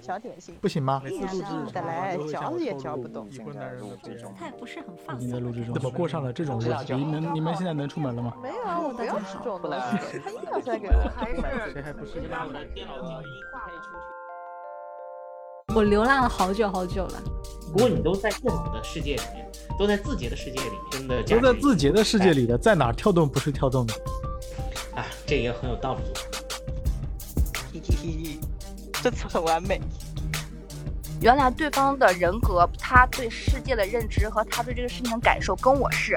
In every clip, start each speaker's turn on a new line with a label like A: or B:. A: 小点心，
B: 不行吗？
C: 每次录制
A: 本来嚼也嚼不动
C: 已婚男人的这种。
D: 态不是很
E: 我
D: 放
E: 今天
D: 松
E: 录
D: 的
E: 这种
D: 感觉。
E: 怎么过上了这种日子？你们你们现在能出门了吗？
A: 没有啊，我不要吃这种东西，他硬要塞给我，
F: 还是
C: 谁还不是
F: 你把我的电脑静音挂了。
D: 我流浪了好久好久了，
F: 如果你都在自己的世界里面，都在字节的世界里，真的
E: 都在
F: 自
E: 字节的世界里的，在哪儿跳动不是跳动的？
F: 啊，这也很有道理。
A: 嘿嘿嘿，这次很完美。
G: 原来对方的人格，他对世界的认知和他对这个事情的感受跟我是，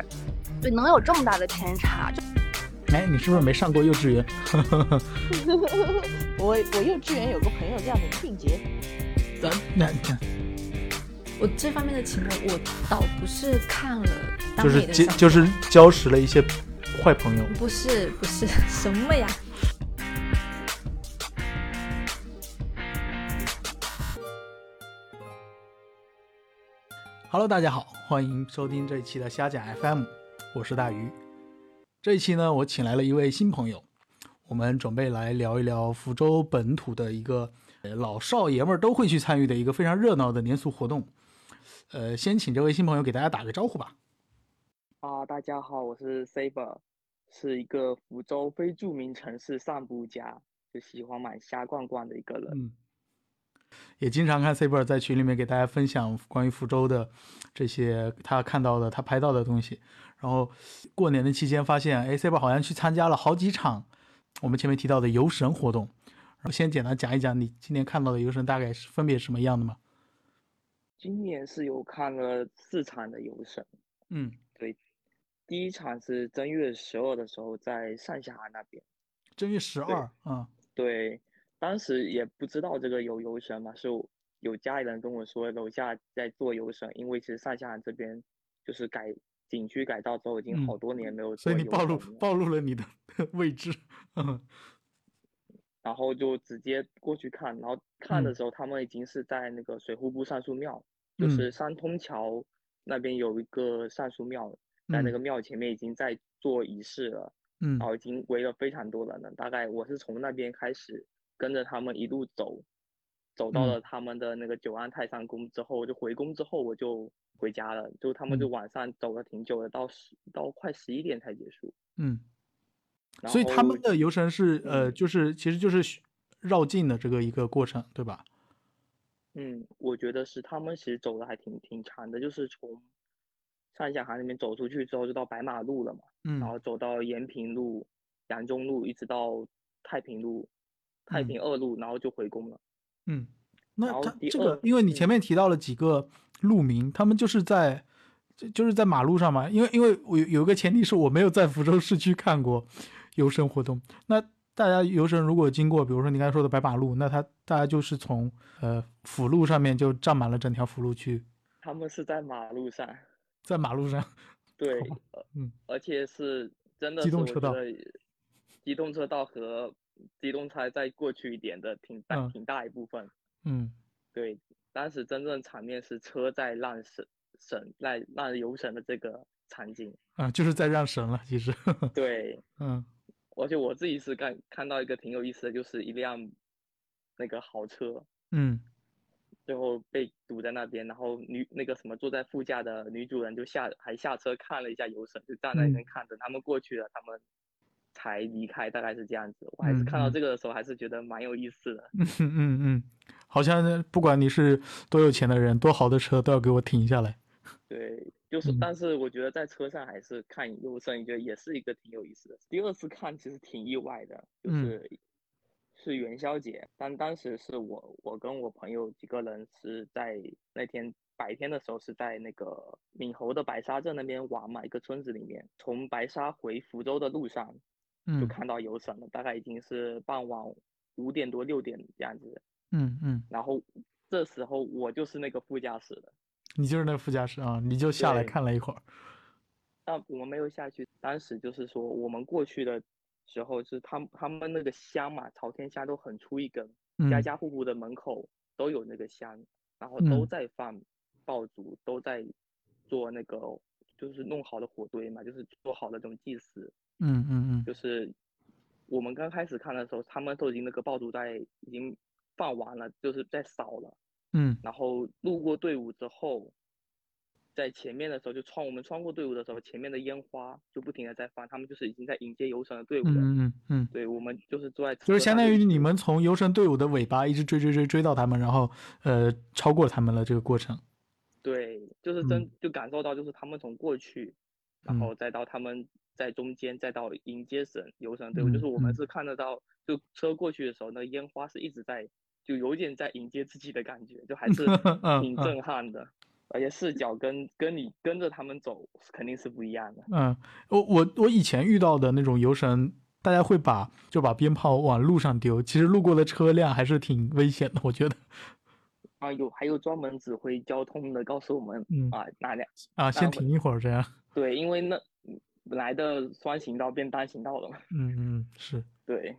G: 对，能有这么大的偏差，就
E: 哎，你是不是没上过幼稚园？
A: 我我幼稚园有个朋友叫林俊杰，
E: 咱那你看，
D: 我这方面的情况，我倒不是看了耽
B: 就是
D: 美的
B: 结
D: 小
B: 就是结识了一些坏朋友。
D: 不是不是什么呀？
E: Hello，大家好，欢迎收听这一期的虾讲 FM，我是大鱼。这一期呢，我请来了一位新朋友，我们准备来聊一聊福州本土的一个呃老少爷们儿都会去参与的一个非常热闹的年俗活动。呃，先请这位新朋友给大家打个招呼吧。
H: 啊，大家好，我是 Saber，是一个福州非著名城市散步家，就喜欢买虾逛逛的一个人。
E: 嗯，也经常看 Saber 在群里面给大家分享关于福州的这些他看到的、他拍到的东西。然后过年的期间发现，哎，Saber 好像去参加了好几场我们前面提到的游神活动。然后先简单讲一讲你今年看到的游神大概是分别什么样的吗？
H: 今年是有看了四场的游神，
E: 嗯，
H: 第一场是正月十二的时候在上下海那边，
E: 正月十二，嗯，
H: 对，当时也不知道这个有游神嘛，是我有家里人跟我说楼下在做游神，因为其实上下海这边就是改景区改造之后已经
E: 嗯
H: 好多年没有哦
E: 所以
H: 做
E: 你
H: 游
E: 暴露
H: 神了
E: 暴露了你的 位置。嗯
H: 然后就直接过去看，然后看
E: 嗯
H: 的时候，他们已经是在那个水户部上树庙，就
E: 嗯
H: 是三通桥那边有一个上树庙，在那
E: 嗯
H: 个庙前面已经在做仪式了，
E: 嗯
H: 然后已经围了非常多人了。大概我是从那边开始跟着他们一路走，走到
E: 嗯
H: 了他们的那个九安太上宫之后，就回宫之后我就回家了，就他们就
E: 嗯
H: 晚上走了挺久的，到十到快十一点才结束。
E: 嗯，
H: 然
E: 所以他们
H: 后
E: 的游神是呃，
H: 嗯
E: 就是其实就是绕境的这个一个过程，对吧？
H: 嗯，我觉得是他们其实走的还挺挺长的，就是从上下海那边走出去之后，就到白马路了嘛，
E: 嗯，
H: 然后走到延平路、杨忠路，一直到太平路、太
E: 嗯
H: 平二路，然后就回宫了。
E: 嗯，那
H: 然后
E: 他
H: 第
E: 这个
H: 二，
E: 因为你前
H: 嗯
E: 面提到了几个路名，他们就是在就就是在马路上嘛。因为因为我有有一个前提是我没有在福州市区看过游神活动。那大家游神如果经过，比如说你刚才说的白马路，那他大家就是从呃辅路上面就占满了整条辅路去，
H: 他们是在马路上，
E: 在马路上，
H: 对，
E: 嗯
H: 呃，而且是真的
E: 机
H: 是
E: 动
H: 我
E: 车
H: 觉
E: 道
H: 得机动车道和机动车再过去一点的挺大
E: 嗯
H: 挺大一部分。
E: 嗯
H: 对，当时真正场面是车在让省省在让游神的这个场景。
E: 啊、就是在让神了，其实，
H: 对，
E: 嗯
H: 而且我自己是看看到一个挺有意思的，就是一辆那个豪车，
E: 嗯
H: 最后被堵在那边，然后女那个什么坐在副驾的女主人就下还下车看了一下游神，就站在那边
E: 嗯
H: 看着他们过去了，他们才离开，大概是这样子。我还是看到
E: 嗯嗯
H: 这个的时候，还是觉得蛮有意思的。
E: 嗯嗯嗯，好像不管你是多有钱的人，多豪的车都要给我停下来。
H: 对，就是，
E: 嗯
H: 但是我觉得在车上还是看优胜，觉得也是一个挺有意思的。第二次看其实挺意外的，就
E: 嗯
H: 是是元宵节，但当时是我我跟我朋友几个人是在那天白天的时候是在那个闽侯的白沙镇那边玩嘛，一个村子里面，从白沙回福州的路上就
E: 嗯
H: 看到游神了，大概已经是傍晚五点多六点这样子，
E: 嗯嗯，
H: 然后这时候我就是那个副驾驶了。
E: 你就是那个副驾驶啊，你就下来
H: 对
E: 看了一会儿。
H: 但我们没有下去。当时就是说，我们过去的时候是他们他们那个香嘛，朝天香都很粗一根，家
E: 嗯
H: 家户户的门口都有那个香，然后
E: 嗯
H: 都在放爆竹，都在做那个就是弄好的火堆嘛，就是做好的这种祭祀。
E: 嗯嗯嗯
H: 就是我们刚开始看的时候，他们都已经那个爆竹在已经放完了，就是在扫了，
E: 嗯
H: 然后路过队伍之后，在前面的时候就穿我们穿过队伍的时候，前面的烟花就不停的在放，他们就是已经在迎接游神的队伍
E: 嗯
H: 了。
E: 嗯嗯嗯，
H: 对，我们就是坐在车上
E: 就是相当于
H: 一
E: 你
H: 直
E: 们从游神队伍的尾巴一直追追追追到他们，然后呃超过他们了这个过程。
H: 对，就是真、
E: 嗯
H: 就感受到就是他们从过去，
E: 嗯
H: 然后再到他们在中间，再到迎接神游神队伍，就是
E: 嗯
H: 我们
E: 嗯
H: 是看得到，就车过去的时候，那烟花是一直在，就有点在迎接自己的感觉，就还是
E: 嗯
H: 挺
E: 嗯
H: 震撼的。而且视角跟跟你跟着他们走肯定是不一样的，
E: 嗯，我我我以前遇到的那种游神，大家会把就把鞭炮往路上丢，其实路过的车辆还是挺危险的，我觉得。
H: 啊，有还有专门指挥交通的，告诉我们、
E: 嗯
H: 啊哪两
E: 啊，先
H: 单位
E: 停一会儿这样。
H: 对，因为那本来的双行道变单行道了嘛，
E: 嗯嗯是。
H: 对，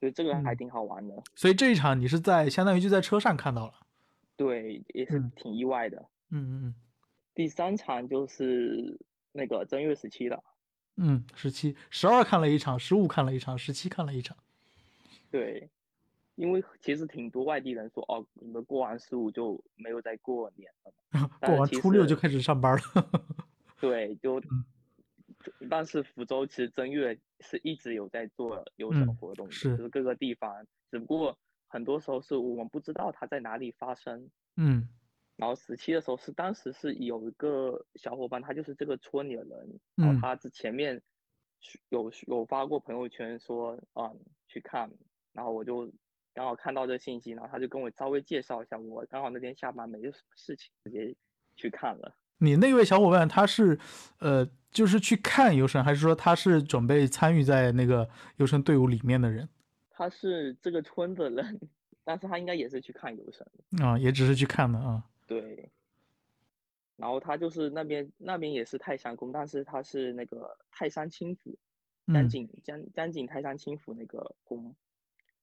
H: 所以这个还
E: 嗯
H: 挺好玩的。
E: 所以这一场你是在相当于就在车上看到了。
H: 对，也是
E: 嗯
H: 挺意外的。
E: 嗯嗯
H: 第三场就是那个正月十七了，
E: 嗯嗯，十七十二看了一场，十五看了一场，十七看了一场。
H: 对，因为其实挺多外地人说，哦，你们过完十五就没有再过年了，但
E: 过完
H: 是呃其
E: 初六就
H: 实
E: 开始上班了。
H: 对，就，
E: 嗯
H: 就但是福州其实正月是一直有在做有什
E: 嗯
H: 么活动的，
E: 是
H: 就是各个地方，只不过很多时候是我们不知道它在哪里发生，
E: 嗯
H: 然后十七的时候是当时是有一个小伙伴，他就是这个村里的人，然
E: 嗯
H: 后他之前面去有有发过朋友圈说啊、去看，然后我就刚好看到这信息，然后他就跟我稍微介绍一下，我刚好那天下班没有什么事情，直接去看了。
E: 你那位小伙伴他是，呃，就是去看游神，还是说他是准备参与在那个游神队伍里面的人
H: 他是这个村的人，但是他应该也是去看游神的，
E: 啊？也只是去看的啊。
H: 对。然后他就是那边那边也是泰山宫，但是他是那个泰山青府，江
E: 嗯
H: 景江江景泰山青府那个宫，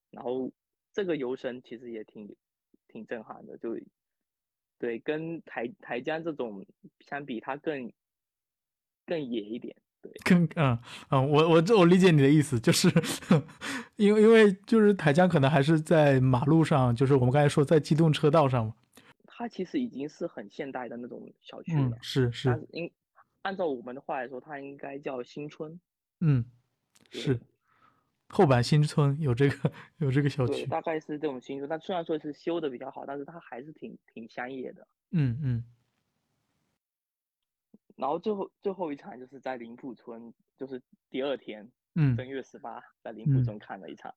H: 然后这个游神其实也挺挺震撼的，就对，跟台台江这种相比，它更更野一点，对，
E: 跟嗯嗯，我我这我理解你的意思，就是 因为因为就是台江可能还是在马路上，就是我们刚才说在机动车道上嘛。
H: 它其实已经是很现代的那种小区
E: 嗯
H: 了，，
E: 是是，
H: 但是应按照我们的话来说，它应该叫新村，
E: 嗯
H: 对
E: 是。后坂新村有这个 有这个小
H: 对，
E: 区，
H: 大概是这种新村，但虽然说是修的比较好，但是它还是挺挺乡野的。
E: 嗯嗯
H: 然后最后最后一场就是在灵浦村，就是第二天，
E: 嗯。
H: 正月十八在林浦
E: 嗯
H: 村看了一场。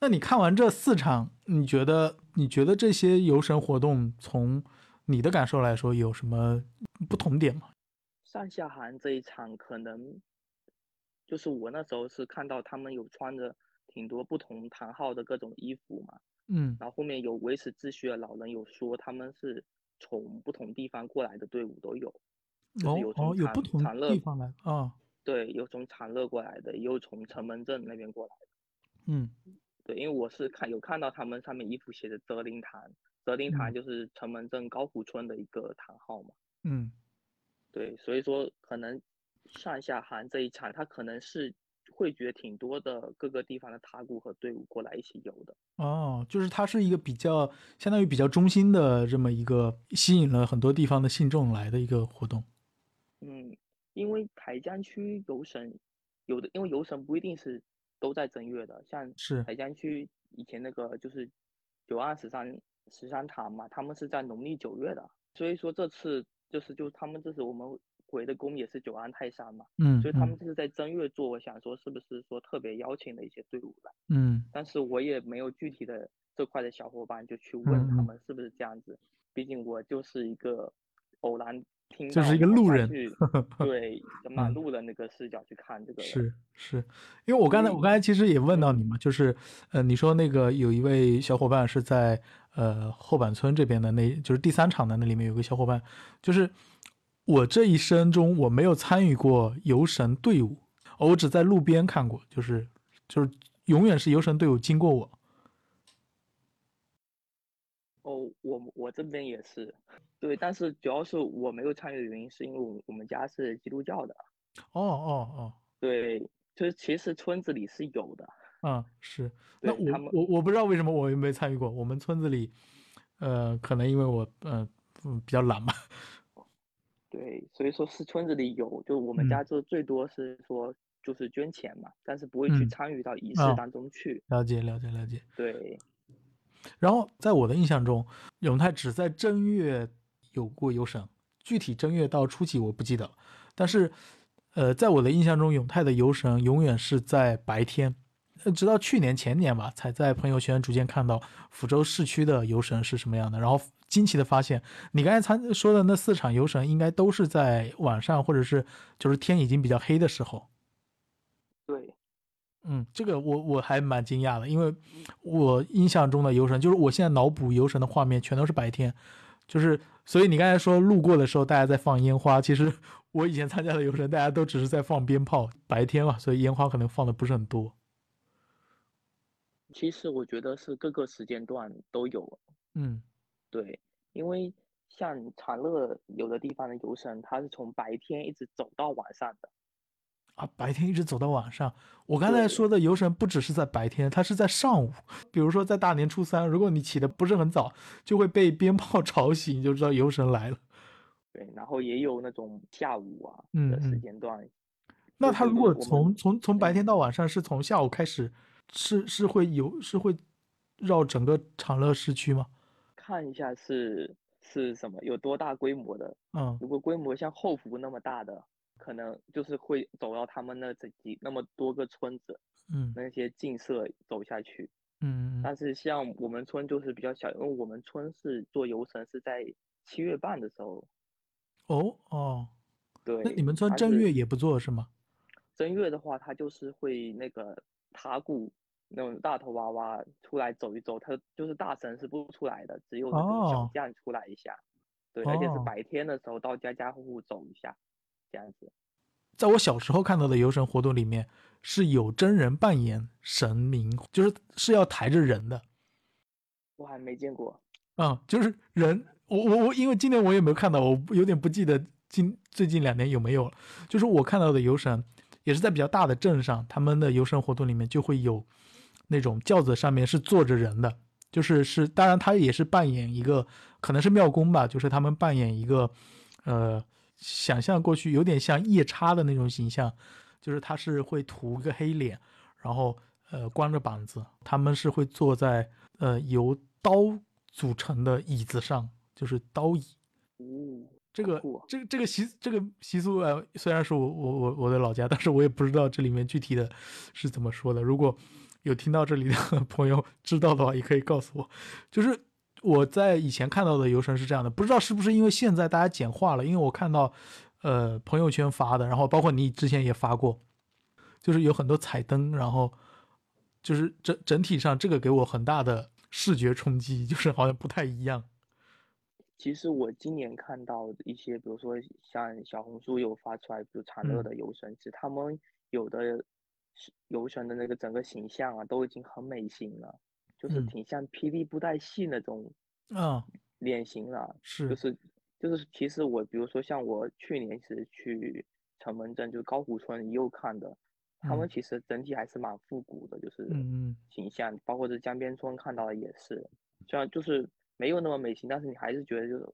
E: 那你看完这四场，你觉得你觉得这些游神活动从你的感受来说有什么不同点吗？
H: 上下韩这一场可能就是我那时候是看到他们有穿着挺多不同堂号的各种衣服嘛，
E: 嗯
H: 然后后面有维持秩序的老人有说他们是从不同地方过来的队伍都有，就
E: 哦
H: 是有
E: 哦
H: 从，
E: 有
H: 长
E: 不同
H: 长乐
E: 地方来啊、
H: 对，有从长乐过来的，也有从城门镇那边过来的。
E: 嗯
H: 对，因为我是看有看到他们上面衣服写着泽林堂，泽林
E: 嗯
H: 堂就是城门镇高湖村的一个堂号嘛。
E: 嗯
H: 对，所以说可能上下韩这一场，他可能是汇聚了挺多的各个地方的塔古和队伍过来一起游的。
E: 哦，就是它是一个比较相当于比较中心的这么一个吸引了很多地方的信众来的一个活动。
H: 嗯，因为台江区游神有的，因为游神不一定是都在正月的，像
E: 是
H: 台江区以前那个就是九岸十三十三堂嘛，他们是在农历九月的，所以说这次就是就他们这次我们回的宫也是九安泰山嘛，
E: 嗯，
H: 所以他
E: 嗯
H: 们这次在正月做，我想说是不是说特别邀请了一些队伍来。
E: 嗯
H: 但是我也没有具体的这块的小伙伴就去
E: 嗯
H: 问他
E: 嗯
H: 们是不是这样子，毕竟我就是一个偶然听
E: 就是
H: 到
E: 一个
H: 然后
E: 路
H: 再
E: 人
H: 去对满
E: 嗯
H: 路人那个视角去看这个人，
E: 是是，因为我刚才我
H: 所以
E: 刚才其实也问到
H: 嗯
E: 你嘛，就是呃，你说那个有一位小伙伴是在呃后坂村这边的那，就是第三场的那里面有个小伙伴，就是我这一生中我没有参与过游神队伍，哦我只在路边看过，就是就是永远是游神队伍经过我，
H: 哦，我我这边也是，对，但是主要是我没有参与的原因是因为我我们家是基督教的，
E: 哦哦哦，
H: 对，就是其实村子里是有的，
E: 啊、是。那
H: 对他
E: 我
H: 们
E: 我我不知道为什么我没参与过。我们村子里，呃，可能因为我呃嗯比较懒吧。
H: 对，所以说是村子里有，就我们
E: 嗯
H: 家就最多是说就是捐钱嘛，但是不会去
E: 嗯
H: 参与到仪式
E: 啊
H: 当中去。
E: 了解了解了解。
H: 对，
E: 然后在我的印象中，永泰只在正月有过游神，具体正月到初几我不记得了。但是，呃，在我的印象中，永泰的游神永远是在白天，呃直到去年前年吧，才在朋友圈逐渐看到福州市区的游神是什么样的。然后惊奇的发现，你刚才参说的那四场游神，应该都是在晚上，或者是就是天已经比较黑的时候。
H: 对，
E: 嗯，这个我我还蛮惊讶的，因为我印象中的游神，就是我现在脑补游神的画面全都是白天，就是所以你刚才说路过的时候大家在放烟花，其实 我以前参加的游神，大家都只是在放鞭炮，白天嘛，所以烟花可能放的不是很多。
H: 其实我觉得是各个时间段都有。
E: 嗯
H: 对，因为像长乐有的地方的游神，它是从白天一直走到晚上的。
E: 啊，白天一直走到晚上。我刚才
H: 对
E: 说的游神不只是在白天，它是在上午，比如说在大年初三，如果你起的不是很早，就会被鞭炮 吵醒，你就知道游神来了。
H: 对，然后也有那种下午啊
E: 嗯
H: 的时
E: 嗯
H: 间段。
E: 那
H: 就
E: 他
H: 是
E: 如果
H: 我们
E: 从从从白
H: 嗯
E: 天到晚上是从下午开始，是是会有是会绕整个长乐市区吗？
H: 看一下是是什么，有多大规模的。
E: 嗯
H: 如果规模像后湖那么大的，可能就是会走到他们那这几那么多个村子，
E: 嗯
H: 那些进社走下去。
E: 嗯嗯
H: 但是像我们村就是比较小，因为我们村是做游神是在七月半的时候。
E: 哦哦，
H: 对，
E: 那你们村
H: 它
E: 正
H: 是
E: 月也不做是吗？
H: 正月的话，它就是会那个塔鼓那种大头娃娃出来走一走，它就是大神是不出来的，只有那种
E: 哦
H: 小将出来一下。对，而且是
E: 哦
H: 白天的时候到家家户户走一下，这样子。
E: 在我小时候看到的游神活动里面，是有真人扮演神明，就是是要抬着人的。
H: 我还没见过。
E: 嗯，就是人，我我我，因为今年我也没有看到，我有点不记得近最近两年有没有了。就是我看到的游神，也是在比较大的镇上，他们的游神活动里面就会有那种轿子上面是坐着人的，就是是，当然他也是扮演一个，可能是庙公吧，就是他们扮演一个，呃，想象过去有点像夜叉的那种形象，就是他是会涂一个黑脸，然后呃光着膀子，他们是会坐在呃由刀组成的椅子上，就是刀椅。
H: 哦，
E: 这
H: 好
E: 个
H: 酷哦
E: 这个这个习这个习俗呃，虽然是我我我我的老家，但是我也不知道这里面具体的是怎么说的。如果有听到这里的 朋友知道的话，也可以告诉我。就是我在以前看到的游神是这样的，不知道是不是因为现在大家简化了，因为我看到呃朋友圈发的，然后包括你之前也发过，就是有很多彩灯，然后就是整整体上这个给我很大的视觉冲击，就是好像不太一样。
H: 其实我今年看到一些，比如说像小红书有发出来，比如长乐
E: 嗯
H: 的游神，其实他们有的是游神的那个整个形象啊，都已经很美型了，就是
E: 嗯
H: 挺像霹雳布袋戏那种
E: 嗯，
H: 脸型了。
E: 是，
H: 就是就是，其实我比如说像我去年是去城门镇，就是高湖村又看的，他们
E: 嗯
H: 其实整体还是蛮复古的，就是
E: 嗯嗯。
H: 形象，包括这江边村看到的也是，虽然就是没有那么美型，但是你还是觉得就是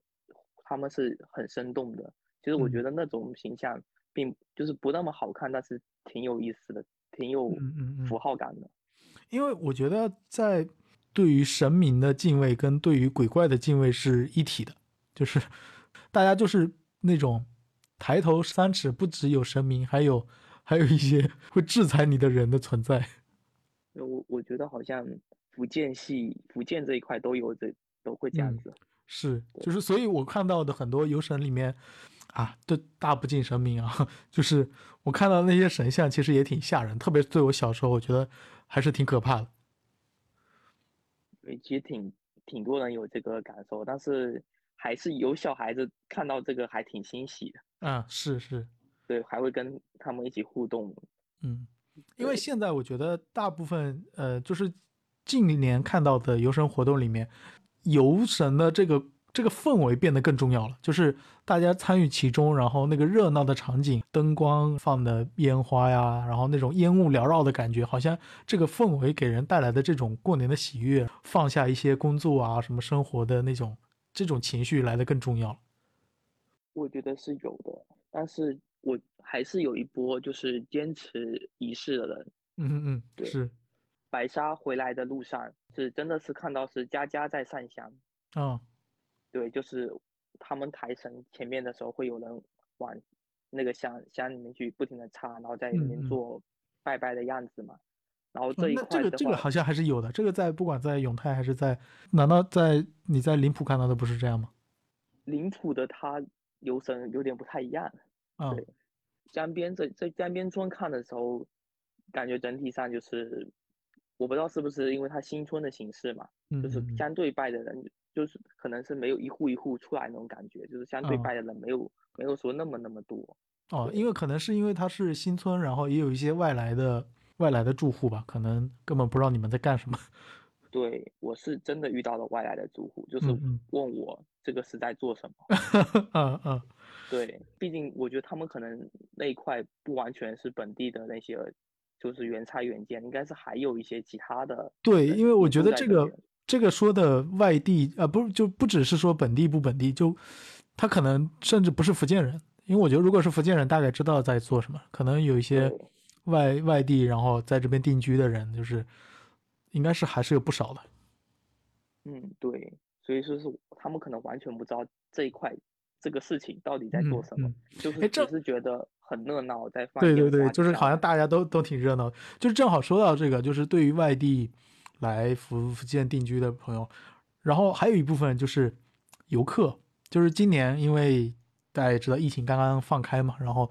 H: 他们是很生动的。其实我觉
E: 嗯
H: 得那种形象并就是不那么好看，但是挺有意思的，挺有
E: 嗯嗯嗯
H: 符号感的。
E: 因为我觉得在对于神明的敬畏跟对于鬼怪的敬畏是一体的，就是 大家就是那种抬头三尺，不只有神明，还有还有一些会制裁你的人的存在。
H: 因为我我觉得好像福建系、福建这一块都有这都会这样
E: 嗯
H: 子。
E: 是，就是所以我看到的很多游神里面啊，对大不敬神明啊， 就是我看到那些神像，其实也挺吓人，特别是对我小时候，我觉得还是挺可怕的。
H: 对，其实挺挺多人有这个感受，但是还是有小孩子看到这个还挺欣喜的，
E: 嗯，是是，
H: 对，还会跟他们一起互动。
E: 嗯，因为
H: 对
E: 现在我觉得大部分呃，就是近年看到的游神活动里面，游神的这个这个氛围变得更重要了，就是大家参与其中，然后那个热闹的场景、灯光放的烟花呀，然后那种烟雾缭绕的感觉，好像这个氛围给人带来的这种过年的喜悦，放下一些工作啊、什么生活的那种这种情绪来的更重要了。
H: 我觉得是有的，但是我还是有一波就是坚持仪式的人。
E: 嗯嗯嗯，
H: 对
E: 是
H: 白沙回来的路上，是真的是看到是家家在上香，
E: 啊、
H: 对，就是他们抬神前面的时候，会有人往那个香香里面去不停的插，然后在里面
E: 嗯嗯
H: 做拜拜的样子嘛。然后
E: 哦
H: 这一
E: 那
H: 块
E: 这个
H: 的话，
E: 这个好像还是有的，这个在不管在永泰还是在，难道在你在林浦看到的不是这样吗？
H: 灵浦的它游神有点不太一样。
E: 啊、
H: 对江边这这江边村看的时候，感觉整体上就是，我不知道是不是因为它新村的形式嘛，
E: 嗯，
H: 就是
E: 嗯嗯
H: 相对拜的人，就是可能是没有一户一户出来那种感觉，就是相对
E: 啊
H: 拜的人没有、没有说那么那么多。
E: 哦，因为可能是因为它是新村，然后也有一些外来的外来的住户吧，可能根本不知道你们在干什么。
H: 对我是真的遇到了外来的住户，就是
E: 嗯嗯
H: 问我这个是在做什么。
E: 嗯嗯
H: 对，毕竟我觉得他们可能那一块不完全是本地的那些，就是原拆原建，应该是还有一些其他的。
E: 对，因为我
H: 因
E: 觉
H: 素
E: 得
H: 在
E: 这
H: 里
E: 个
H: 面
E: 这个说的外地啊、呃，不就不只是说本地不本地，就他可能甚至不是福建人，因为我觉得如果是福建人，大概知道在做什么，可能有一些
H: 对
E: 外外地然后在这边定居的人，就是应该是还是有不少的。
H: 嗯，对，所以说是他们可能完全不知道这一块这个事情到底在做
E: 嗯
H: 什么，
E: 嗯
H: 就是
E: 哎
H: 只
E: 这
H: 是觉得很热闹，在放
E: 对
H: 烟
E: 对对，
H: 花
E: 就是好像
H: 大
E: 大家都都挺热闹。就是正好说到这个，就是对于外地来福福建定居的朋友，然后还有一部分就是游客，就是今年因为大家也知道疫情刚刚放开嘛，然后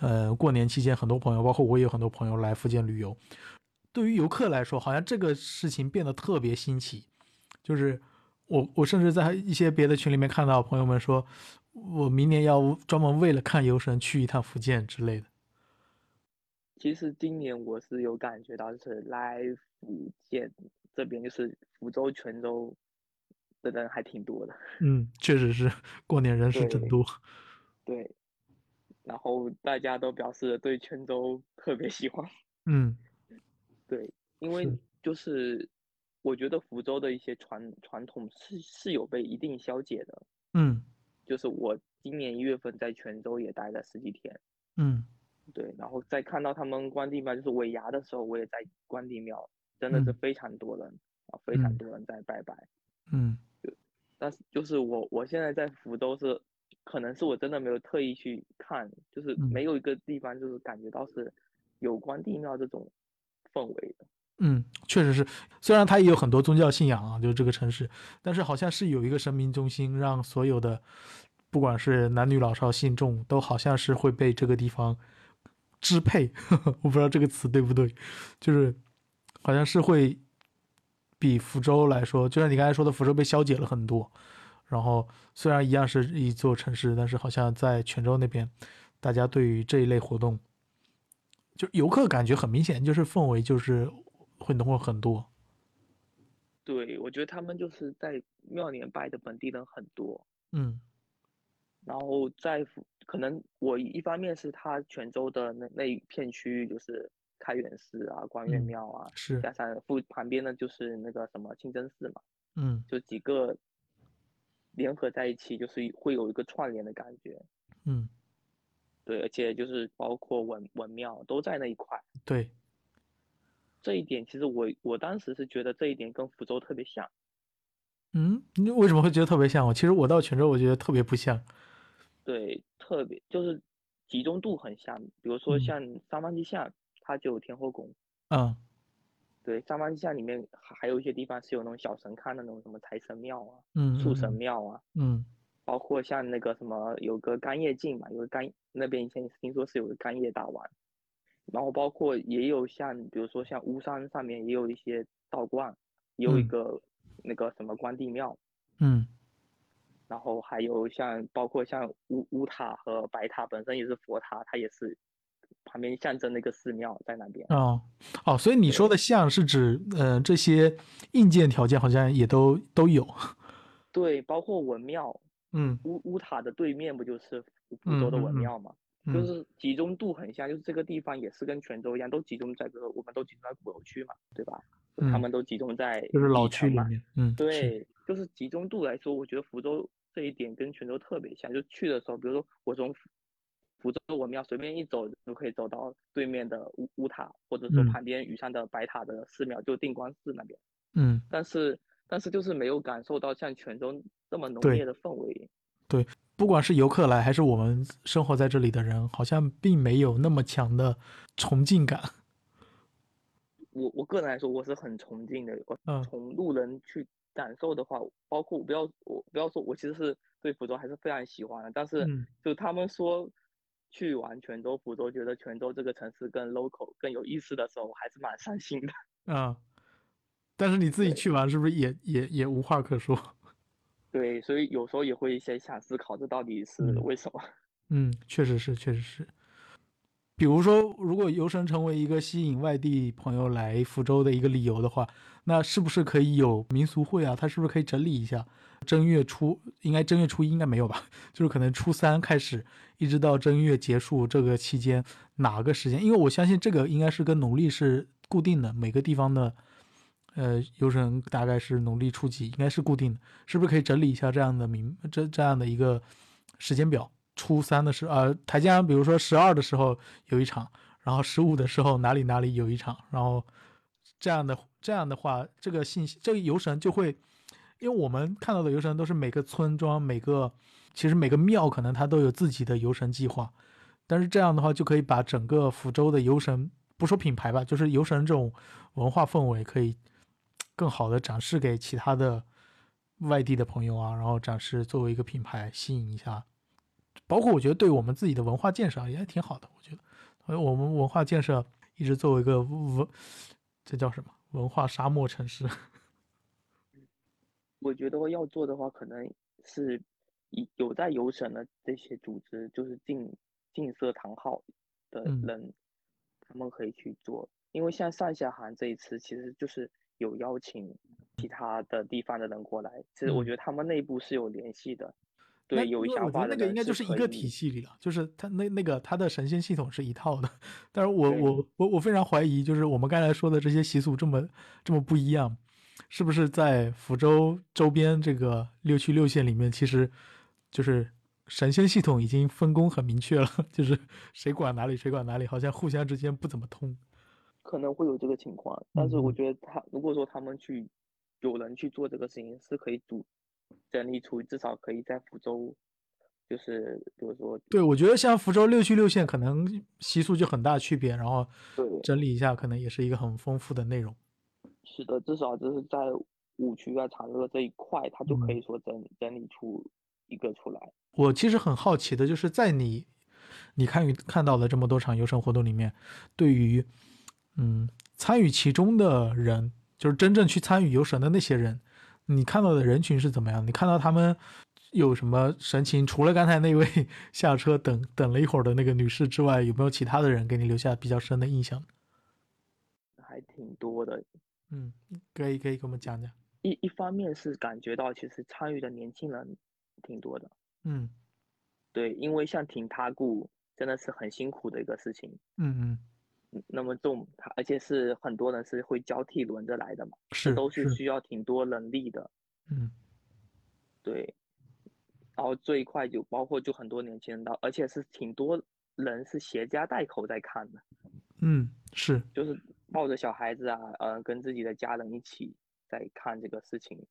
E: 呃过年期间很多朋友，包括我也有很多朋友来福建旅游。对于游客来说，好像这个事情变得特别新奇，就是我我甚至在一些别的群里面看到朋友们说，我明年要专门为了看游神去一趟福建之类的。
H: 其实今年我是有感觉到，就是来福建这边，就是福州、泉州的人还挺多的。
E: 嗯，确实是过年人是真
H: 对
E: 多。
H: 对，然后大家都表示对泉州特别喜欢。
E: 嗯
H: 对，因为
E: 是
H: 就是我觉得福州的一些传传统是是有被一定消解的。
E: 嗯
H: 就是我今年一月份在泉州也待了十几天，
E: 嗯
H: 对，然后再看到他们关帝庙，就是尾牙的时候，我也在关帝庙，真的是
E: 嗯
H: 非常多人啊，非常
E: 嗯
H: 多人在拜拜。
E: 嗯
H: 但是就是我我现在在福州是，可能是我真的没有特意去看，就是
E: 嗯
H: 没有一个地方就是感觉到是有关帝庙这种氛围的。
E: 嗯，确实是。虽然它也有很多宗教信仰啊，就是这个城市，但是好像是有一个神明中心，让所有的不管是男女老少信众，都好像是会被这个地方支配。 我不知道这个词对不对，就是好像是会比福州来说，就像你刚才说的，福州被消解了很多。然后虽然一样是一座城市，但是好像在泉州那边，大家对于这一类活动，就游客感觉很明显，就是氛围就是会浓厚很多。
H: 对，我觉得他们就是在庙里面拜的本地人很多，
E: 嗯
H: 然后在福可能我一方面是他泉州的那那一片区域就是开元寺啊、关岳
E: 嗯
H: 庙啊，
E: 是
H: 加上附旁边呢就是那个什么清真寺嘛，
E: 嗯
H: 就几个联合在一起，就是会有一个串联的感觉。
E: 嗯，
H: 对，而且就是包括文文庙都在那一块，
E: 对，
H: 这一点其实我我当时是觉得这一点跟福州特别像，
E: 嗯，你为什么会觉得特别像我？其实我到泉州，我觉得特别不像。
H: 对，特别就是集中度很像。比如说
E: 嗯
H: 像三坊七巷，它就有天后宫，
E: 嗯
H: 对，三坊七巷里面还还有一些地方是有那种小神龛的那种什么财神庙啊、
E: 嗯，
H: 树
E: 嗯
H: 神庙啊，
E: 嗯
H: 包括像那个什么有个干叶镜嘛，有个干那边以前听说是有个干叶大王，然后包括也有像比如说像巫山上面也有一些道观，也有一
E: 嗯
H: 个那个什么关帝庙，
E: 嗯
H: 然后还有像包括像乌乌塔和白塔本身也是佛塔，它也是旁边象征那个寺庙在那边。
E: 嗯哦哦，所以你呃说的像是指，嗯、这些硬件条件好像也都都有。
H: 对，包括文庙
E: 嗯
H: 乌乌塔的对面不就是福州的文
E: 嗯嗯嗯
H: 庙吗？就
E: 嗯
H: 是集中度很像，就是这个地方也是跟泉州一样，都集中在，比如说我们都集中在鼓楼区嘛，对吧？
E: 嗯
H: 他们都集中在
E: 就是老
H: 底
E: 区
H: 层
E: 里
H: 嘛。
E: 面，嗯，是，
H: 对，就是集中度来说，我觉得福州这一点跟泉州特别像。就去的时候，比如说我从福福州我们要随便一走就可以走到对面的乌乌塔，或者说
E: 嗯
H: 旁边雨山的白塔的寺庙，就定光寺那边。
E: 嗯，
H: 但是但是就是没有感受到像泉州这么浓
E: 对
H: 烈的氛围。
E: 不管是游客来还是我们生活在这里的人，好像并没有那么强的崇敬感。
H: 我我个人来说，我是很崇敬的。我
E: 嗯
H: 从路人去感受的话，包括我不要我不要说，我其实是对福州还是非常喜欢的。但是
E: 嗯
H: 就他们说去完泉州、福州，觉得泉州这个城市更 local、更有意思的时候，我还是蛮伤心的。
E: 啊，但是你自己去玩是不是也也也无话可说？
H: 对，所以有时候也会想想思考，这到底是
E: 嗯
H: 为什么？
E: 嗯，确实是，确实是。比如说，如果游神成为一个吸引外地朋友来福州的一个理由的话，那是不是可以有民俗会啊？它是不是可以整理一下？正月初应该正月初一应该没有吧？ 就是可能初三开始，一直到正月结束这个期间，哪个时间？因为我相信这个应该是跟农历是固定的，每个地方的呃游神大概是农历初几，应该是固定的。是不是可以整理一下这样的明这这样的一个时间表？初三的时候，呃，台阶上，比如说十二的时候有一场，然后十五的时候哪里哪里有一场，然后这样的这样的话，这个信息这个游神就会，因为我们看到的游神都是每个村庄每个其实每个庙可能它都有自己的游神计划，但是这样的话就可以把整个福州的游神不说品牌吧，就是游神这种文化氛围可以更好的展示给其他的外地的朋友啊，然后展示作为一个品牌吸引一下，包括我觉得对我们自己的文化建设也挺好的，我觉得，所以我们文化建设一直作为一个文，这叫什么文化沙漠城市？
H: 我觉得要做的话，可能是以有在游神的这些组织，就是进进社堂号的
E: 嗯
H: 人，他们可以去做。因为像上下韩这一次，其实就是有邀请其他的地方的人过来，其实
E: 嗯
H: 我觉得他们内部是有联系的，
E: 那
H: 对，有
E: 那
H: 想
E: 我觉
H: 法
E: 得
H: 的
E: 那个应
H: 人
E: 该就是一
H: 可
E: 个
H: 以
E: 体系里了，就是它那那个它的神仙系统是一套的，但是我
H: 对
E: 我我我非常怀疑，就是我们刚才说的这些习俗这么这么不一样，是不是在福州周边这个六区六县里面，其实就是神仙系统已经分工很明确了， 就是谁管哪里谁管哪里，好像互相之间不怎么通。
H: 可能会有这个情况，但是我
E: 嗯
H: 觉得他如果说他们去有人去做这个事情，是可以组整理出至少可以在福州，就是比如说
E: 对，我觉得像福州六区六县可能习俗就很大区别，然后
H: 对
E: 整理一下，可能也是一个很丰富的内容。
H: 是的，至少就是在五区啊、长乐这一块，他就可
E: 嗯
H: 以说整整理出一个出来。
E: 我其实很好奇的，就是在你你看与看到的这么多场游神活动里面，对于嗯参与其中的人，就是真正去参与游神的那些人，你看到的人群是怎么样？你看到他们有什么神情？除了刚才那位 下车等等了一会儿的那个女士之外，有没有其他的人给你留下比较深的印象？
H: 还挺多的。
E: 嗯，可以可以给我们讲讲。
H: 一一方面是感觉到其实参与的年轻人挺多的，
E: 嗯
H: 对，因为像挺他顾真的是很辛苦的一个事情，
E: 嗯嗯，
H: 嗯那么重，他而且是很多人是会交替轮着来的嘛，这
E: 是
H: 都是
E: 是
H: 需要挺多能力的，
E: 嗯
H: 对。然后最快就包括就很多年轻人到，而且是挺多人是携家带口在看的。
E: 嗯是
H: 就是抱着小孩子啊，呃，跟自己的家人一起在看这个事情。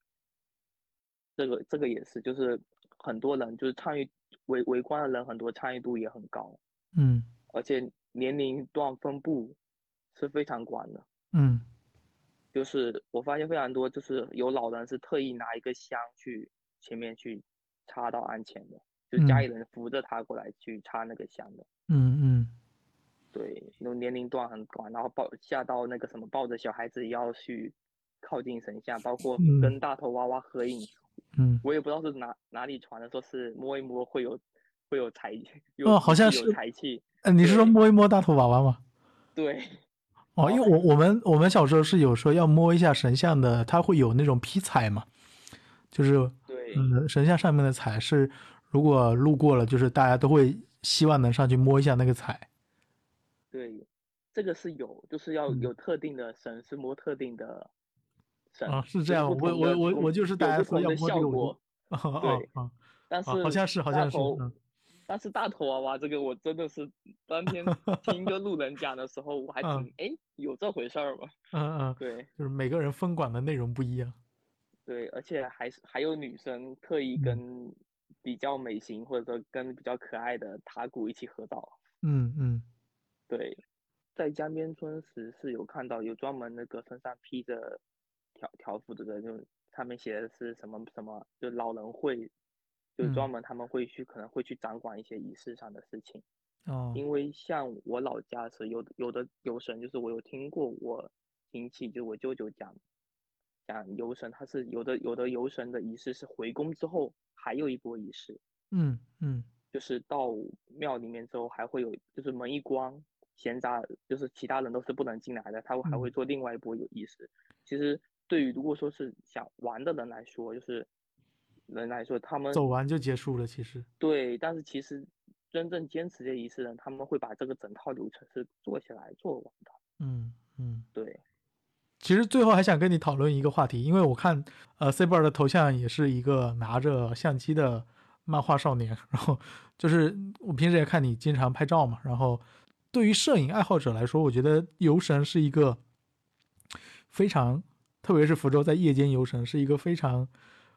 H: 这个这个也是，就是很多人就是参与围围观的人很多，参与度也很高，
E: 嗯
H: 而且年龄段分布是非常广的。
E: 嗯
H: 就是我发现非常多，就是有老人是特意拿一个香去前面去插到鞍前的，就家
E: 嗯
H: 里人扶着他过来去插那个香的。
E: 嗯嗯
H: 对，那种年龄段很广，然后抱吓到那个什么，抱着小孩子也要去靠近神像，包括
E: 嗯
H: 跟大头娃娃合影。
E: 嗯
H: 我也不知道是哪哪里传的，说是摸一摸会有会有财， 有
E: 哦好像
H: 有
E: 是
H: 财气。
E: 呃，你是说
H: 对
E: 摸一摸大头娃娃吗？
H: 对，
E: 哦，因为我我们我们小时候是有说要摸一下神像的，它会有那种劈彩嘛，就是
H: 对
E: 嗯，神像上面的彩是，如果路过了，就是大家都会希望能上去摸一下那个彩。
H: 对，这个是有，就是要
E: 嗯
H: 有特定的神是摸特定的神
E: 啊是
H: 就
E: 这样
H: 不
E: 我
H: 同
E: 我
H: 的
E: 我
H: 功
E: 我就是大
H: 有
E: 家
H: 不
E: 说
H: 同
E: 要
H: 的
E: 摸这
H: 效
E: 个我
H: 果，
E: 啊啊
H: 对
E: 啊！
H: 但是
E: 好像是好
H: 大
E: 像是
H: 头
E: 嗯
H: 但是大头娃娃这个，我真的是当天听一个路人讲的时候，我还
E: 嗯
H: 挺哎、有这回事儿吗？
E: 嗯嗯，
H: 对
E: 就是每个人分管的内容不一样。
H: 对，而且还是还有女生特意
E: 嗯
H: 跟比较美型或者说跟比较可爱的塔古一起合照。
E: 嗯嗯
H: 对，在江边村时是有看到有专门那个身上披着条条幅的人，就上面写的是什么什么，就老人会，就专
E: 嗯
H: 门他们会去可能会去掌管一些仪式上的事情。
E: 哦
H: 因为像我老家是有的有的游神，就是我有听过我亲戚，就我舅舅讲讲游神，他是有的有的游神的仪式是回宫之后还有一波仪式，
E: 嗯嗯
H: 就是到庙里面之后还会有，就是门一关，闲杂就是其他人都是不能进来的，他会还会
E: 嗯
H: 做另外一波有仪式。其实对于如果说是想玩的人来说，就是人来说，他们
E: 走完就结束了。其实
H: 对，但是其实真正坚持这仪式的人，他们会把这个整套流程是做起来做完的。
E: 嗯嗯，
H: 对，
E: 其实最后还想跟你讨论一个话题，因为我看呃 C 贝尔的头像也是一个拿着相机的漫画少年，然后就是我平时也看你经常拍照嘛，然后对于摄影爱好者来说，我觉得游神是一个非常，特别是福州在夜间游神是一个非常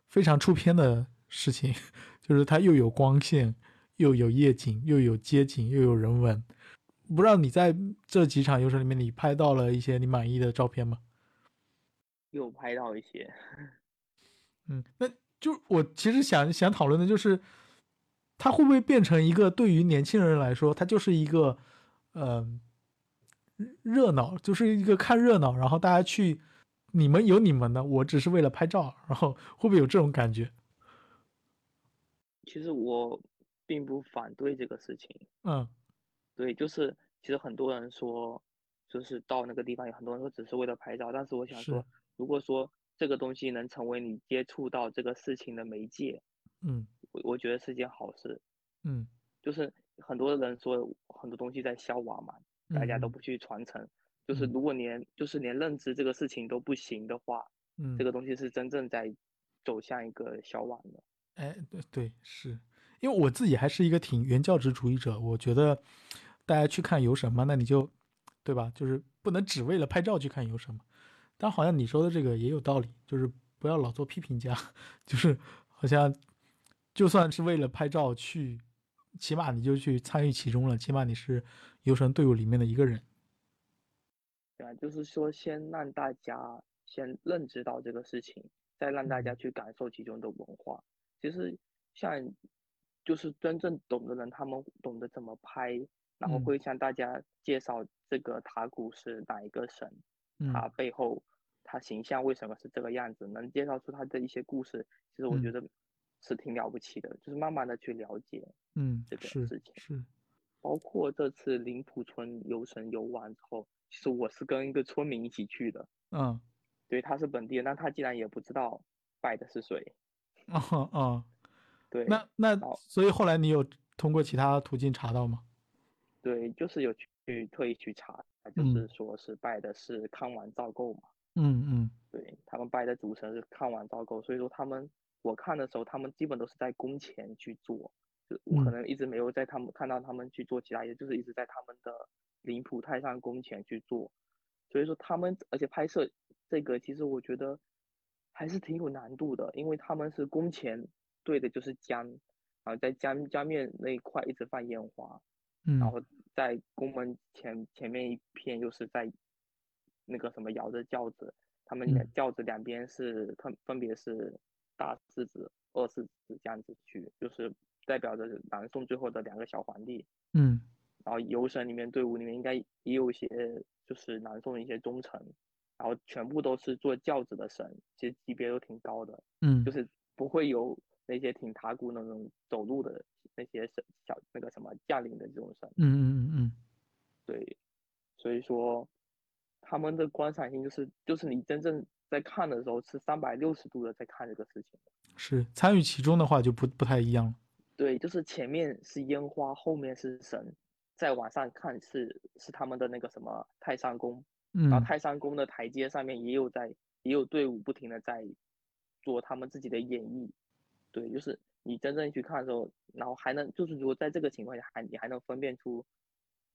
E: 非常出片的事情， 就是它又有光线，又有夜景，又有街景，又有人文。不知道你在这几场游神里面，你拍到了一些你满意的照片吗？
H: 又拍到一些，
E: 嗯，那就我其实想想讨论的就是，它会不会变成一个对于年轻人来说，它就是一个，嗯、热闹，就是一个看热闹，然后大家去，你们有你们的，我只是为了拍照，然后会不会有这种感觉？
H: 其实我并不反对这个事情。
E: 嗯
H: 对，就是其实很多人说，就是到那个地方，有很多人说只是为了拍照，但是我想
E: 是
H: 说，如果说这个东西能成为你接触到这个事情的媒介，
E: 嗯
H: 我我觉得是件好事。
E: 嗯，
H: 就是很多人说很多东西在消亡嘛，大家都
E: 嗯
H: 不去传承。就是
E: 嗯
H: 如果连就是连认知这个事情都不行的话，
E: 嗯，
H: 这个东西是真正在走向一个消亡的。
E: 哎，对对，是因为我自己还是一个挺原教旨主义者，我觉得大家去看游神嘛，那你就对吧？就是不能只为了拍照去看游神嘛。但好像你说的这个也有道理，就是不要老做批评家， 就是好像就算是为了拍照去，起码你就去参与其中了，起码你是游神队伍里面的一个人。
H: 对啊，就是说先让大家先认知到这个事情，再让大家
E: 嗯
H: 去感受其中的文化。其实像就是真正懂的人，他们懂得怎么拍，然后
E: 嗯
H: 会向大家介绍这个塔古是哪一个神，
E: 嗯
H: 它背后它形象为什么是这个样子，能介绍出它的一些故事，其实我
E: 嗯
H: 觉得是挺了不起的，就是慢慢的去了解。
E: 嗯
H: 这，个
E: 是
H: 事情
E: 是，
H: 包括这次林浦村游神游玩之后，其实我是跟一个村民一起去的。
E: 嗯，
H: 对，他是本地人，但他竟然也不知道拜的是谁。
E: 哦哦，
H: 对，
E: 那那
H: 好
E: 所以后来你有通过其他途径查到吗？
H: 对，就是有去特意去查，就
E: 嗯
H: 是说是拜的是康王赵构嘛。
E: 嗯嗯。
H: 对他们拜的主神是康王赵构，所以说他们我看的时候，他们基本都是在宫前去做，就我可
E: 嗯
H: 能一直没有在他们看到他们去做其他，也就是一直在他们的灵浦太上宫前去做。所以说他们，而且拍摄这个，其实我觉得还是挺有难度的，因为他们是宫前对的就是江，然后在江江面那一块一直放烟花，
E: 嗯，
H: 然后在宫门前前面一片又是在那个什么摇着轿子，他们两
E: 嗯
H: 轿子两边是分分别是大世子、二世子这样子去，就是代表着南宋最后的两个小皇帝。
E: 嗯
H: 然后游神里面队伍里面应该也有一些就是南宋的一些忠臣，然后全部都是做轿子的神，其实级别都挺高的，
E: 嗯，
H: 就是不会有那些挺塔古那种走路的那些神小那个什么驾临的这种神。
E: 嗯嗯嗯嗯
H: 对，所以说他们的观赏性就是就是你真正在看的时候是三百六十度的在看这个事情。
E: 是参与其中的话就不不太一样了。
H: 对，就是前面是烟花，后面是神，再往上看是是他们的那个什么太上宫，
E: 嗯
H: 然后泰山宫的台阶上面也有在，也有队伍不停的在做他们自己的演绎。对，就是你真正去看的时候，然后还能就是如果在这个情况下还你还能分辨出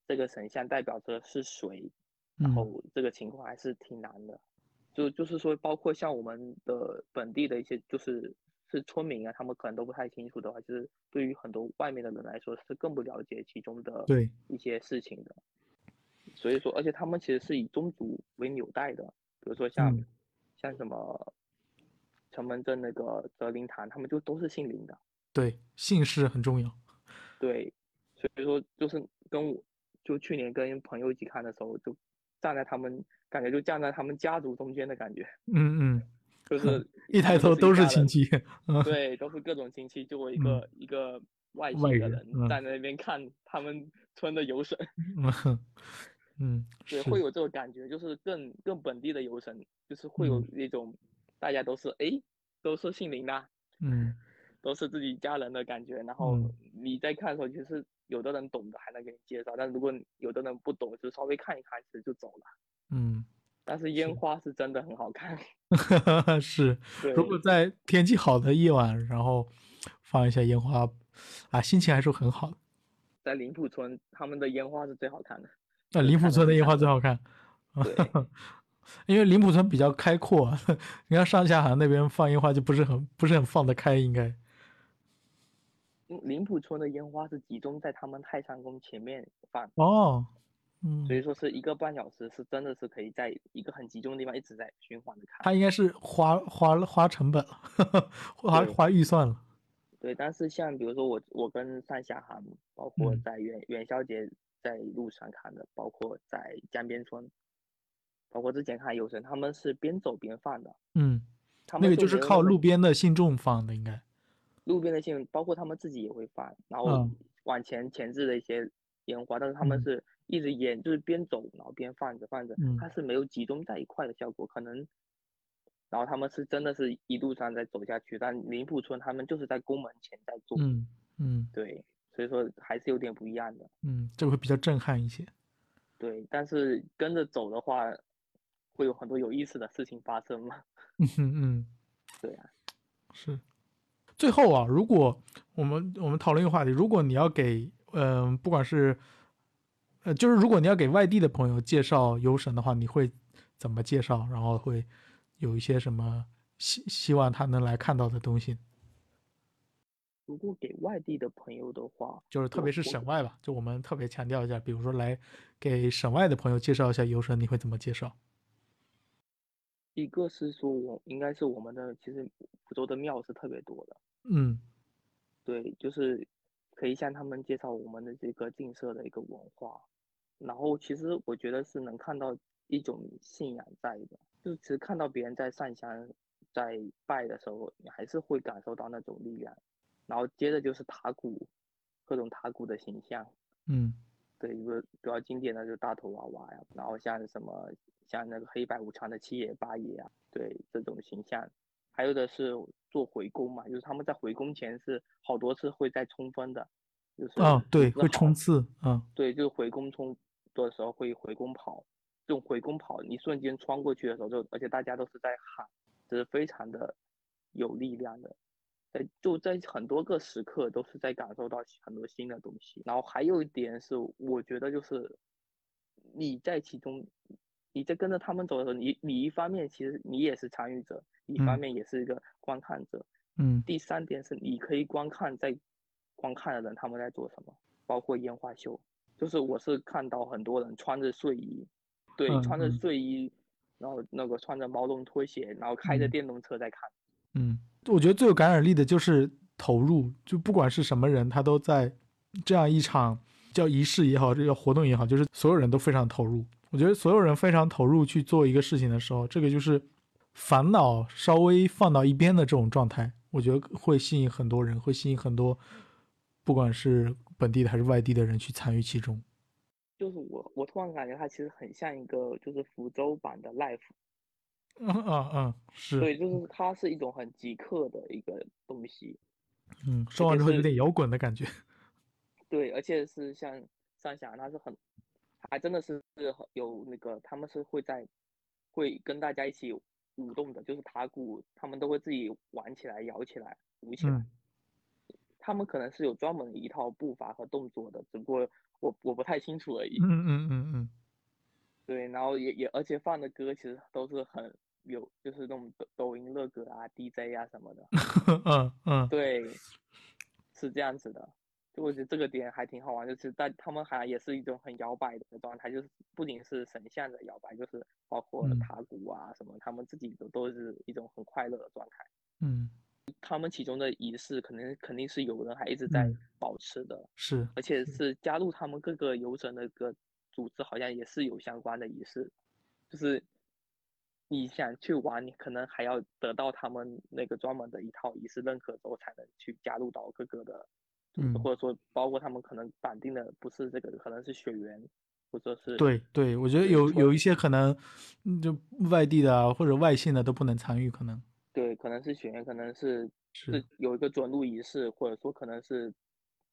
H: 这个神像代表着是谁，然
E: 嗯
H: 后这个情况还是挺难的。就就是说，包括像我们的本地的一些就是是村民啊，他们可能都不太清楚的话，就是对于很多外面的人来说是更不了解其中的
E: 对
H: 一些事情的。所以说，而且他们其实是以宗族为纽带的，比如说像、
E: 嗯
H: 像什么城门镇那个泽林堂，他们就都是姓林的。
E: 对，姓氏很重要。
H: 对，所以说就是跟我就去年跟朋友一起看的时候，就站在他们感觉就站在他们家族中间的感觉，
E: 嗯嗯，
H: 就是
E: 一
H: 他
E: 抬
H: 们
E: 头都
H: 一
E: 是
H: 家
E: 亲
H: 人，
E: 戚。
H: 对，都是各种亲戚，就我一
E: 嗯
H: 个、一个外
E: 外
H: 姓的
E: 人
H: 人
E: 嗯
H: 站在那边看他们村的游神，
E: 嗯嗯，
H: 对，
E: 是
H: 会有这种感觉，就是更更本地的游神，就是会有
E: 嗯
H: 那种大家都是诶，都是姓林的啊，
E: 嗯
H: 都是自己家人的感觉。然后
E: 嗯
H: 你在看的时候，其实有的人懂的还能给你介绍，但如果你有的人不懂，就稍微看一看，其实就走了。
E: 嗯，
H: 但是烟花是真的很好看，
E: 是。
H: 对，
E: 如果在天气好的夜晚，然后放一下烟花，啊，心情还是很好的。
H: 在林浦村，他们的烟花是最 好看的。
E: 那林浦
H: 看了
E: 村的
H: 一
E: 烟
H: 下
E: 花最好看，
H: 对
E: 因为林浦村比较开阔啊，你看上下海那边放烟花就不是很不是很放得开，应该。
H: 嗯林浦村的烟花是集中在他们太上宫前面放，
E: 哦，嗯
H: 所，以说是一个半小时，是真的是可以在一个很集中的地方一直在循环的看。
E: 他应该是花花花成本了，花
H: 对
E: 花预算了。
H: 对，但是像比如说我我跟上下航，包括
E: 嗯
H: 在元元宵节在路上看的，包括在江边村，包括之前看游神，他们是边走边放的，
E: 嗯，
H: 他
E: 那
H: 们
E: 个就是
H: 没有
E: 靠
H: 么
E: 路边的信众放的，应该。
H: 路边的信人，包括他们自己也会放，然后
E: 嗯
H: 往前前置的一些烟花，但是他们
E: 嗯
H: 是一直演，就是边走然后边放着放着
E: 嗯，
H: 它是没有集中在一块的效果，可能。然后他们是真的是一路上在走下去，但林浦村他们就是在宫门前在做，
E: 嗯嗯
H: 对，所以说还是有点不一样的。
E: 嗯，这个会比较震撼一些。
H: 对，但是跟着走的话，会有很多有意思的事情发生嘛。
E: 嗯哼嗯，
H: 对啊，
E: 是。最后啊，如果我们我们讨论一个话题，如果你要给嗯、不管是呃，就是如果你要给外地的朋友介绍游神的话，你会怎么介绍？然后会有一些什么希希望他能来看到的东西？
H: 如果给外地的朋友的话，
E: 就是特
H: 我
E: 别是
H: 我
E: 省外吧，就我们特别强调一下，比如说来给省外的朋友介绍一下游神，你会怎么介绍？
H: 一个是说我应该是我们的，其实福州的庙是特别多的，
E: 嗯
H: 对，就是可以向他们介绍我们的这个进社的一个文化。然后其实我觉得是能看到一种信仰在的，就是其实看到别人在上香、在拜的时候，你还是会感受到那种力量。然后接着就是塔鼓，各种塔鼓的形象，
E: 嗯
H: 对，一个比较经典的就是大头娃娃呀，然后像什么像那个黑白无常的七爷八爷啊，对这种形象，还有的是做回宫嘛，就是他们在回宫前是好多次会在冲锋的，就是
E: 啊，对，
H: 就
E: 会
H: 是好
E: 冲刺，嗯
H: 对，就是回宫冲的时候会回宫跑，这种回宫跑，你瞬间穿过去的时候就，而且大家都是在喊，这是非常的有力量的。在就在很多个时刻都是在感受到很多新的东西。然后还有一点是，我觉得就是你在其中，你在跟着他们走的时候，你你一方面其实你也是参与者，一方
E: 嗯
H: 面也是一个观看者。
E: 嗯
H: 第三点是，你可以观看在观看的人他们在做什么，包括烟花秀，就是我是看到很多人穿着睡衣，对，
E: 嗯
H: 穿着
E: 嗯
H: 睡衣，然后那个穿着毛绒拖鞋，然后开着
E: 嗯
H: 电动车在看，
E: 嗯，我觉得最有感染力的就是投入，就不管是什么人，他都在这样一场叫仪式也好，这叫活动也好，就是所有人都非常投入。我觉得所有人非常投入去做一个事情的时候，这个就是烦恼稍微放到一边的这种状态，我觉得会吸引很多人，会吸引很多不管是本地的还是外地的人去参与其中。
H: 就是我我突然感觉它其实很像一个就是福州版的 life，
E: 嗯嗯嗯，
H: 所
E: 是，
H: 以就是它是一种很极客的一个东西，
E: 嗯，说完之后
H: 是
E: 有点摇滚的感觉，
H: 对，而且是像上峡，它是很，还真的是很有那个，他们是会在会跟大家一起舞动的，就是打鼓，他们都会自己玩起来、摇起来、舞起来。
E: 嗯
H: 他们可能是有专门一套步伐和动作的，只不过我我不太清楚而已。
E: 嗯嗯嗯嗯，
H: 对，然后也也而且放的歌其实都是很有，就是那种抖抖音热歌啊、DJ 啊什么的。
E: 嗯嗯
H: 对，是这样子的。就我觉得这个点还挺好玩，就是在他们还也是一种很摇摆的状态，就是不仅是神像的摇摆，就是包括
E: 嗯
H: 塔鼓啊什么，他们自己都都是一种很快乐的状态。
E: 嗯，
H: 他们其中的仪式，可能肯定是有人还一直在
E: 嗯
H: 保持的，
E: 是，
H: 而且是加入他们各个游神的个组织，好像也是有相关的仪式，就是你想去玩，你可能还要得到他们那个专门的一套仪式认可之后，才能去加入到各个的组织，
E: 嗯
H: 或者说包括他们可能绑定的不是这个，可能是血缘，或者是
E: 对对，我觉得
H: 对
E: 有
H: 说
E: 有一些可能嗯就外地的啊或者外姓的都不能参与，可能
H: 对，可能是血缘，可能是
E: 是
H: 有一个准入仪式，或者说可能是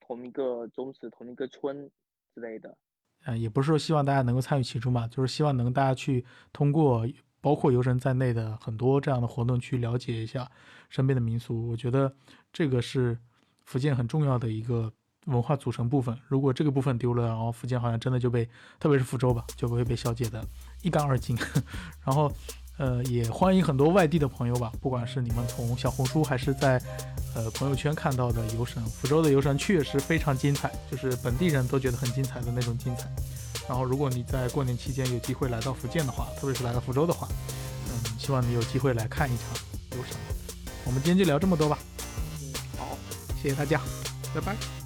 H: 同一个宗祠、同一个村之类的。
E: 啊，也不是说希望大家能够参与其中吧，就是希望能大家去通过包括游神在内的很多这样的活动去了解一下身边的民俗。我觉得这个是福建很重要的一个文化组成部分。如果这个部分丢了，然后福建好像真的就被，特别是福州吧，就会被消解的一干二净。 然后，呃，也欢迎很多外地的朋友吧，不管是你们从小红书还是在呃朋友圈看到的游神，福州的游神确实非常精彩，就是本地人都觉得很精彩的那种精彩。然后，如果你在过年期间有机会来到福建的话，特别是来到福州的话，嗯，希望你有机会来看一场游神。我们今天就聊这么多吧，
H: 嗯，好。
E: 谢谢大家，拜拜。